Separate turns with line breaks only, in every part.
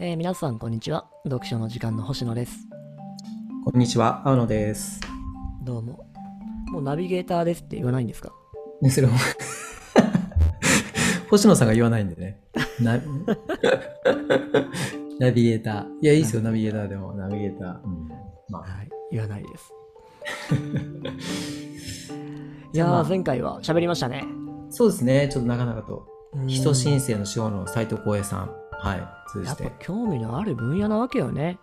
えー皆さんこんにちは読書の時間の星野です
こんにちは、青野です。
どうももうナビゲーターですって言わないんですか
ね、それ も星野さんが言わないんでね。な ナビゲーター。いや、いいですよ、ナビゲーターでも。ナビゲーター。うんまあ、
はい言わないです いや
ま
ー
あ
前回は喋りましたね
そうですね、ちょっとなかなかと。
うん
人申請の司法の斎藤光栄さん。はい、通
や
じ
っぱ
て。
興味のある分野なわけよね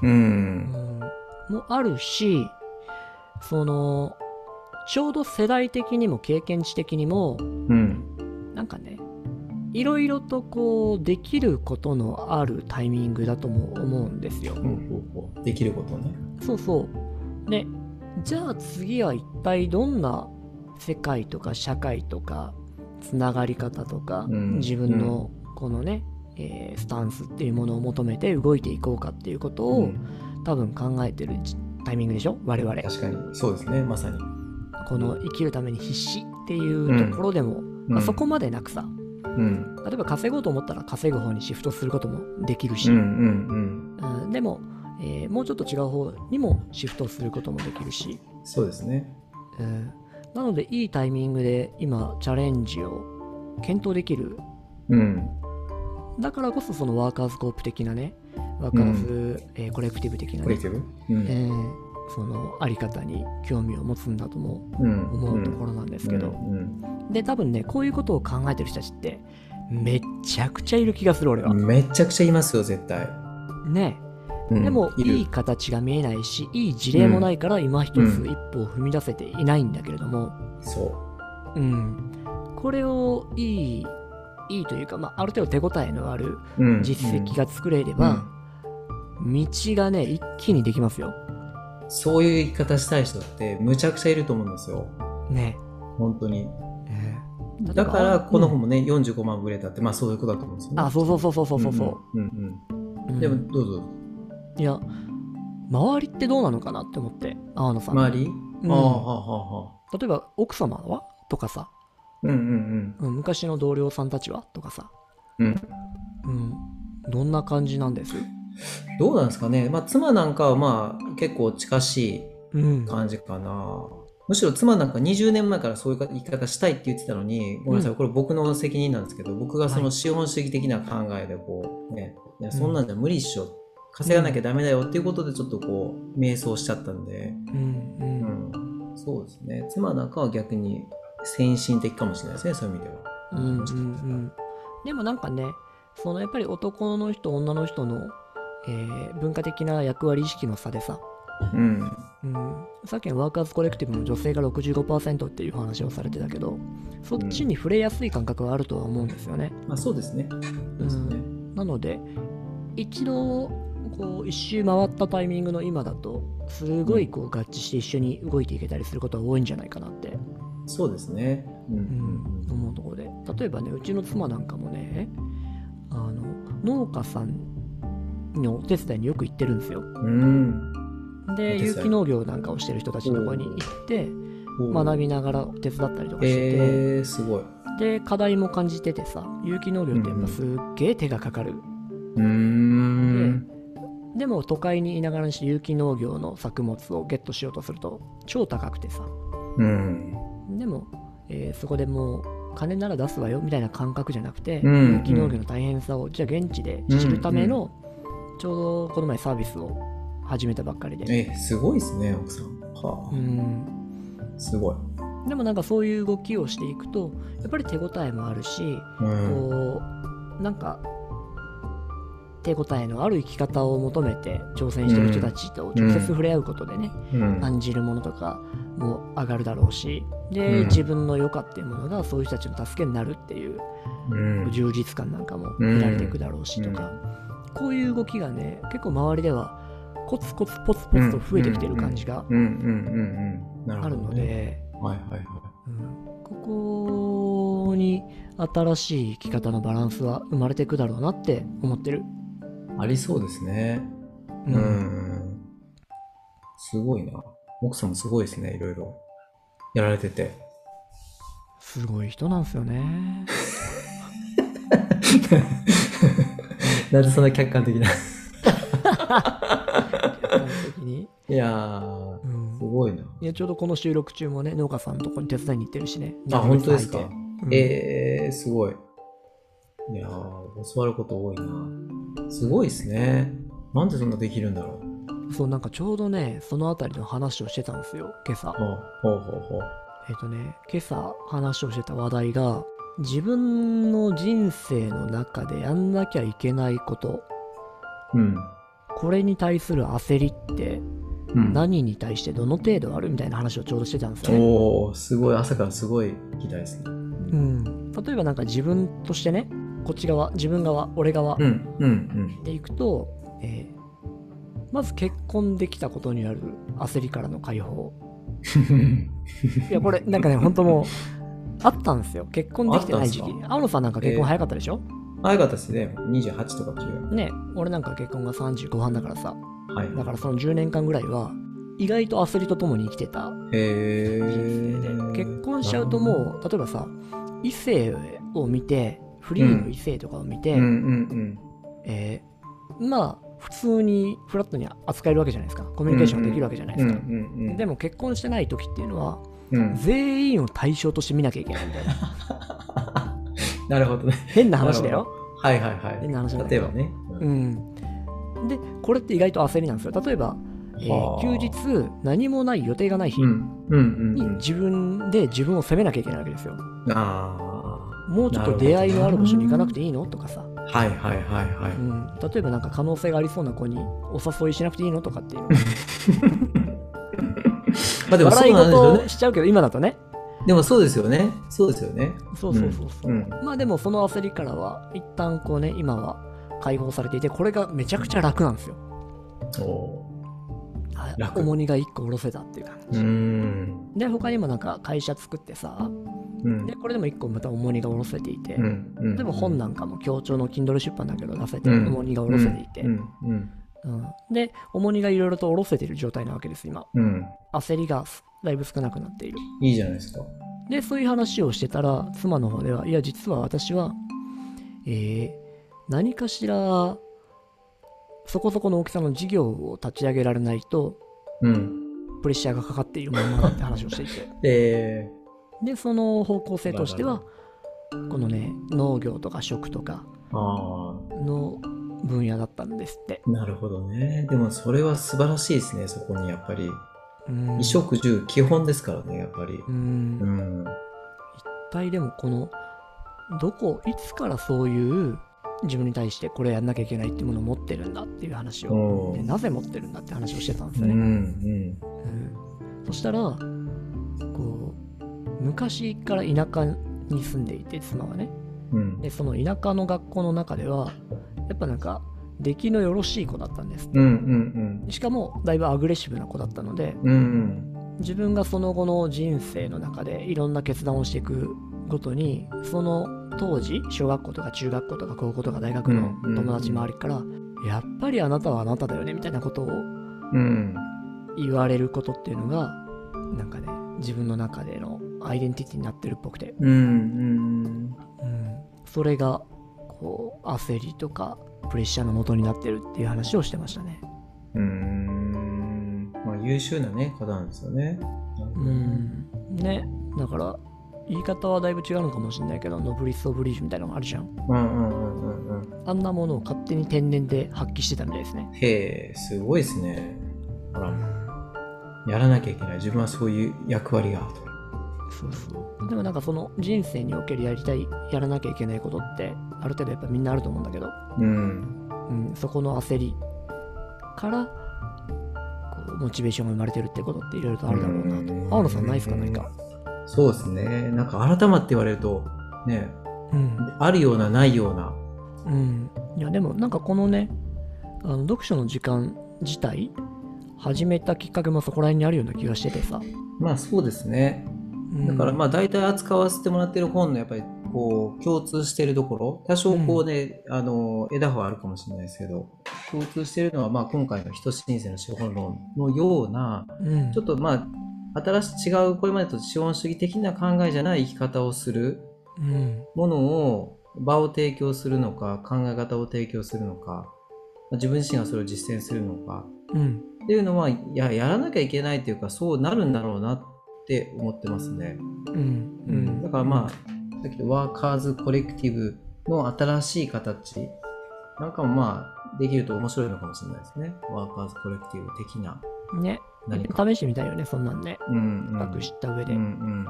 う
うん
ん。
もあるしそのちょうど世代的にも経験値的にも
うん。
なんかねいろいろとこうできることのあるタイミングだとも思うんですよ。
ほうほうほうできることね。
そうそう。ね、じゃあ次は一体どんな世界とか社会とかつながり方とか、
うん
自分のこのね、えースタンスっていうものを求めて動いていこうかっていうことを、
うん
多分考えてるじタイミングでしょ我々
確かに。そうですね、まさに。
この生きるために必死っていうところでも、まあ
うん
そこまでなくさ
うん。
例えば稼ごうと思ったら稼ぐ方にシフトすることもできる
う
し、
んうん
うんでも、えーもうちょっと違う方にもシフトすることもできるし、
うん。そうですね。
うんなのでいいタイミングで今チャレンジを検討できる
うん。
だからこそそのワーカーズコープ的なねワーカーズ、えーコレクティブ的な
コレ
ね
ク、ティブうん
えーそのあり方に興味を持つんだとも
うん。
思うところなんですけど、
うんうん
で多分ねこういうことを考えてる人たちってめっちゃくちゃいる気がする俺は、
めちゃくちゃいますよ絶対、
ね
うん
でもいい
る
形が見えないしいい事例もないから今一つ
うん
一歩を踏み出せていないんだけれども、
そう
うん、これをいいいいというか、まあ、ある程度手応えのある
うん
実績が作れれば、道がね一気にできますよ。
うんそういう生き方したい人ってむちゃくちゃいると思うんですよ
ね、
本当に
ええ
だからこの
うん
本もね、45万部売れたってまあそういうことだと思うんですよね
あそうそうそうそうそうそうそ
うんうん、
う、
うん
う
うんんでもどうぞ
いや周りってどうなのかなって思って青野さん、
周り、
うん
ああはあはあ
例えば奥様はとかさ、
うんうん
うん、昔の同僚さんたちはとかさ、
うんうん
うん、どんな感じなんです、
どうなんですかねまあ妻なんかはまあ結構近しい
うん、
感じかなむしろ妻なんか20年前からそういう言い方したいって言ってたのにごめんなさい、
うん
これ僕の責任なんですけど僕がそ
は
の
い
資本主義的な考えでこうね、いや
うん
そんなんじゃ無理っしょ稼がなきゃダメだよっていうことでちょっとこう迷走しちゃったんで、
うんう
うんん、そうですね妻なんかは逆に先進的かもしれないですねそういう意味では。
うんうんうん、でもなんかねそのやっぱり男の人女の人の、えー文化的な役割意識の差でさ、
うん
うん、さっきのワーカーズコレクティブの女性が65%っていう話をされてたけどそっちに触れやすい感覚はあるとは思うんですよね。
まあ、そうですね。そうですね
なので一度こう一周回ったタイミングの今だとすごいこう合致して一緒に動いていけたりすることは多いんじゃないかなって、
そうですね。うん
うん、思うところで例えばねうちの妻なんかもねあの農家さんのお手伝いによく行ってるんですよ
うんうんお
で
手伝い
有機農業なんかをしてる人たちのところに行って
うん
学びながら手伝ったりとかしてて、
えー、すごい。う
で課題も感じててさ有機農業ってやっぱすっげえ手がかかる、
ーん。
でも都会にいながらにして有機農業の作物をゲットしようとすると超高くてさ
うん。
でも、えーそこでもう金なら出すわよみたいな感覚じゃなくて、
うん
有機農業の大変さをじゃあ現地で知るための、ちょうどこの前サービスを始めたばっかりで、
えすごいですね奥さんは
う
あ、
ん、
すごい、
でもなんかそういう動きをしていくとやっぱり手応えもあるし、
うん、
こうなんか手応えのある生き方を求めて挑戦してる人たちと直接触れ合うことでね、
うん
感じるものとかも上がるだろうしで、
うん
自分の良かっていうものがそういう人たちの助けになるっていう
うん
充実感なんかも得られていくだろうしとか、こういう動きがね結構周りではコツコツポツポツと増えてきてる感じが
うんうんうんうんな
あ
る
る
ほ
の
どね
で、
はいはいはい
うんここに新しい生き方のバランスは生まれていくだろうなって思ってる。
ありそうですね
う
うん、すごいな奥さんもすごいですねいろいろやられてて
すごい人なんですよね。
なんでそんな客観的な。
客観的に、
いやー、
うん
すごいな。
いやちょうどこの収録中もね農家さんのとこに手伝いに行ってるしね
あ、本当ですか。
うん
えー、すごい。いやー、教わること多いな。すごいですね。なんでそんなできるんだろう。
そうなんかちょうどねそのあたりの話をしてたんですよ今朝
ほうほうほうほう。
えっ、とね今朝話をしてた話題が自分の人生の中でやんなきゃいけないこと
うん。
これに対する焦りって
うん、
何に対してどの程度あるみたいな話をちょうどしてたんですよね、
おおすごい、朝からすごい聞きたいです
う
ね。
ん、例えばなんか自分としてねこっち側自分側俺側
うん、うん、
でいくと、えーまず結婚できたことにある焦りからの解放
うん。
いやこれなんかね本当もうあったんですよ結婚できてない時
あっ
期
たんです
青野さんなんか結婚早かったでしょ、
早かったですね。28とか9。
ね俺なんか結婚が30後半だからさ
はい。
だからその10年間ぐらいは意外と焦りとともに生きてた
へ
人生で、
ー
結婚しちゃうともう例えばさ異性を見てフリーの異性とかを見て、
うんうん
えーまあ普通にフラットに扱えるわけじゃないですかコミュニケーションができるわけじゃない
うん。う
です
んう
か、
んうん。
でも結婚してない時っていうのは
うん、
全員を対象として見なきゃいけないみたいな
なるほどね。
変な話だよ
はいはいはい。
変な話なんだ
例
け
え
ど
ばね。
うん、でこれって意外と焦りなんですよ例えば、えー
はあ
休日何もない予定がない日
う
に
んうんうん
自分で自分を責めなきゃいけないわけですよ
うん。あ
もうちょっと出会いのある場所に行かなくていいのとかさ、
あ。はいはいはいは
う
い。
ん、例えばなんか可能性がありそうな子にお誘いしなくていいのとかっていう
まあ でもそ
笑
う
い
なん
事
ですよね
を。しちゃうけど今だとね
でもそうですよね。そうですよね。
そうそうそうそう、
うん
まあでもその焦りからは一旦こうね今は解放されていてこれがめちゃくちゃ楽なんですよ
お
はい
楽
重荷が一個下ろせたっていう感
ーう
じ、
ーん。
で他にもなんか会社作ってさ
うん
でこれでも一個また重荷が下ろせていて、
うんうん。
例えば本なんかも協調の Kindle 出版だけど出せて
うん
重荷が下ろせていて、
うんうん
うんで重荷がいろいろと下ろせてる状態なわけです今
うん。うん
焦りがだいぶ少なくなっている
いいじゃないですか。
でそういう話をしてたら妻の方ではいや実は私はえー何かしらそこそこの大きさの事業を立ち上げられないと
うん。
プレッシャーがかかっているまんまだって話をしてい て
え
でその方向性として
な
は
る
このね農業とか食とか
ー、あ
の分野だったんですって、
あ、なるほどね。でもそれは素晴らしいですね、そこにやっぱり。
うん、
衣食住基本ですからね、やっぱり。
うん
う
一
ん。
体でもこのどこいつからそういう自分に対してこれやんなきゃいけないってものを持ってるんだっていう話を
おー
でなぜ持ってるんだって話をしてたんです
う
よ
んう
ね、
ん。
うんそしたらこう昔から田舎に住んでいて妻はね
うん
でその田舎の学校の中ではやっぱなんか出来のよろしい子だったんです
うんうん
しかもだいぶアグレッシブな子だったので
うん。うん
自分がその後の人生の中でいろんな決断をしていくごとにその当時小学校とか中学校とか高校とか大学の友達周りから、やっぱりあなたはあなただよねみたいなことを
うん。うん。
言われることっていうのがなんかね自分の中でのアイデンティティになってるっぽくて、
うんうん。
うん、それがこう焦りとかプレッシャーの元になってるっていう話をしてましたね。
うん。まあ優秀なね、方なんですよね。
うん、ねだから言い方はだいぶ違うのかもしれないけどノブリス・オブリージュみたいなのがあるじゃん。
うんうんうんうんうん。
あんなものを勝手に天然で発揮してたみたいですね。
へえ、すごいですね。ほら、やらなきゃいけない。自分はそういう役割があると。
そうそう。でもなんかその人生におけるやりたい、やらなきゃいけないことって、ある程度やっぱみんなあると思うんだけど、
うん。
うん、そこの焦りから、こう、モチベーションが生まれてるってことっていろいろとあるだろうなと。
うん
青野さんないですか何か。
そうですね。なんか改まって言われると、ね、
うん。
あるような、ないような。
うん。いや、でもなんかこのね、あの読書の時間自体、始めたきっかけもそこら辺にあるような気がしててさ。
まあそうですね。
うん
だからまあ大体扱わせてもらってる本のやっぱりこう共通してるところ多少こうね、あの枝葉はあるかもしれないですけど共通してるのはまあ今回の「人申請の資本論」のような
うん
ちょっとまあ新しい違うこれまでと資本主義的な考えじゃない生き方をする
うん。
ものを場を提供するのか考え方を提供するのか自分自身がそれを実践するのか
うん。
っていうのはいややらなきゃいけないというかそうなるんだろうなって思ってますね、
うん。うん
だ。からまあさっきのワーカーズコレクティブの新しい形なんかもまあできると面白いのかもしれないですねワーカーズコレクティブ的な
ね。
何か、
試してみたいよね、そんなんね。
うんうん、
深く知った上で。
う
うん。
うんんうん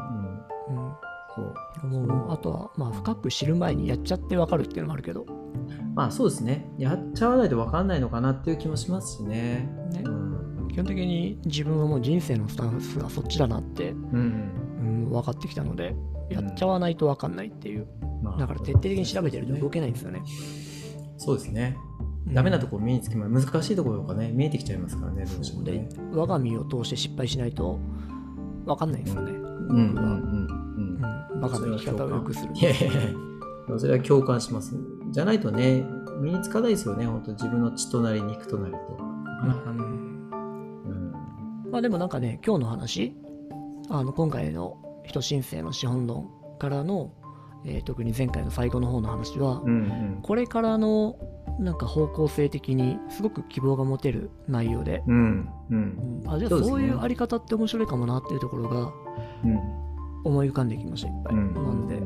そう
思うあとは、まあ、深く知る前にやっちゃってわかるっていうのもあるけど。
まあそうですねやっちゃわないと分かんないのかなっていう気もしますしね
ね
う。ん
基本的に自分はもう人生のスタンスがそっちだなって、
うん
うん、分かってきたので、やっちゃわないとわかんないっていう。
まあ
だから徹底的に調べてると動けないんですよね。
そうですね
うん
ダメなところ目につきま難しいところがね見えてきちゃいますからねどうして
そう
も
で
ね、
我が身を通して失敗しないと分かんないですよね。
うんうんうんうん
うん、バカな生き方をよくする。
いやいやいやでもそれは共感しますじゃないとね身につかないですよね本当自分の血となり肉となりと、
うん
うん、
まあでもなんかね、今日の話、あの今回の人申請の資本論からの、えー特に前回の最後の方の話は、
うんうん
これからのなんか方向性的にすごく希望が持てる内容で、
うんうん
うんあじゃあ
そうですね
そういうあり方って面白いかもなっていうところが
うん
思い浮かんできました、いっぱい。なんで、
う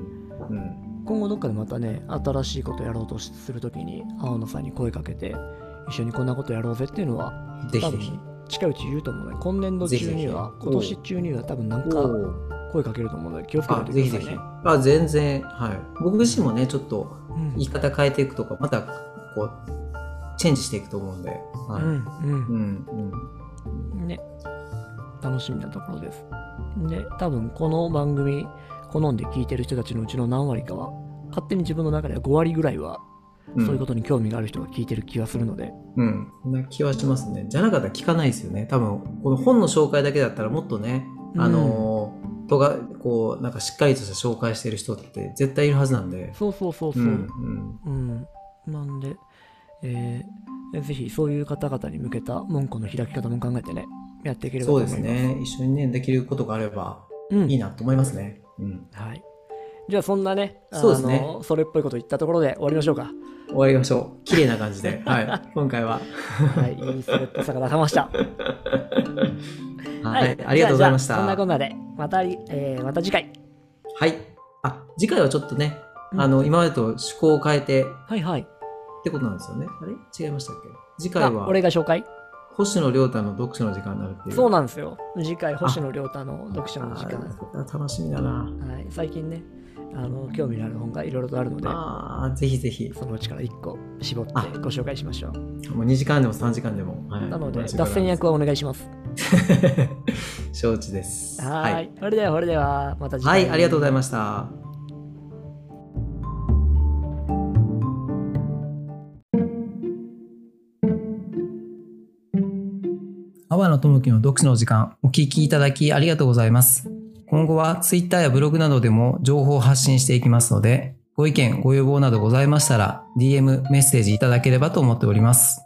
ん
今後どっかでまたね、新しいことやろうとしするときに、青野さんに声かけて、一緒にこんなことやろうぜっていうのは、
ぜひ
多
ぜ
分
ひ
近いうち言うと思うね。今年度中には、
ぜひぜひ
今年中には多分なん
お
か
ー
声かけると思うので気をつけておい
あ
てく
ぜ
ださ
ひぜ
い
ひ
ね。
あ全然はい僕自身もねちょっと
うん
言い方変えていくとかまたこうチェンジしていくと思うんで、はい
うん
うんうん
うん。ね。楽しみなところです。で、多分この番組、好んで聞いてる人たちのうちの何割かは、勝手に自分の中では5割ぐらいは、
ん
そういうことに興味がある人が聞いてる気がするので、
うん、そんな気はしますね。じゃなかったら聞かないですよね。多分、この本の紹介だけだったらもっとね、
うん
あのー、とが、こう、なんかしっかりとした紹介してる人って絶対いるはずなんで。
そうそうそうそうう。
ん、
うん、なんで、えーぜひそういう方々に向けた門戸の開き方も考えてね、やっていけ
うん。
ればと
そう
思い
で
ます。
すね。一緒にね、できることがあれば
うん
いいなと思いますね。うん。
はい。じゃあそんなね、
そうですね
あのそれっぽいこと言ったところで終わりましょうか。
終わりましょう。綺麗な感じで。 はい。今回は。
はい、いいスレッドさが出せました。
はい。ありがとうございまし
じゃあじゃあそんな
た。
こんなで、また、えーまた次回。
はい。あ、次回はちょっとね、
うん
あの、今までと趣向を変えてっ
はいはい。
てことなんですよね。あれ違いましたっけ次
あ
回は、
俺が紹介
星野亮太の読書の時間になるっていう。
そうなんですよ。次回、星野亮太の読書の時間。
あー楽しみだな。
はい、最近ね、あの興味のある本がいろいろとあるので、
ああ、ぜひぜひ。
そのうちから1個絞って
あ
ご紹介しましょう。
もう2時間でも3時間でも。はい
なので、
同じ
脱線役はお願いします。
です 承知です。
はーい,、い。それでは、それでは、また次
は
回。
い、ありがとうございました。阿波野智樹の読書の時間、お聞きいただきありがとうございます。今後は Twitter やブログなどでも情報を発信していきますので、ご意見、ご要望などございましたら、DM、メッセージいただければと思っております。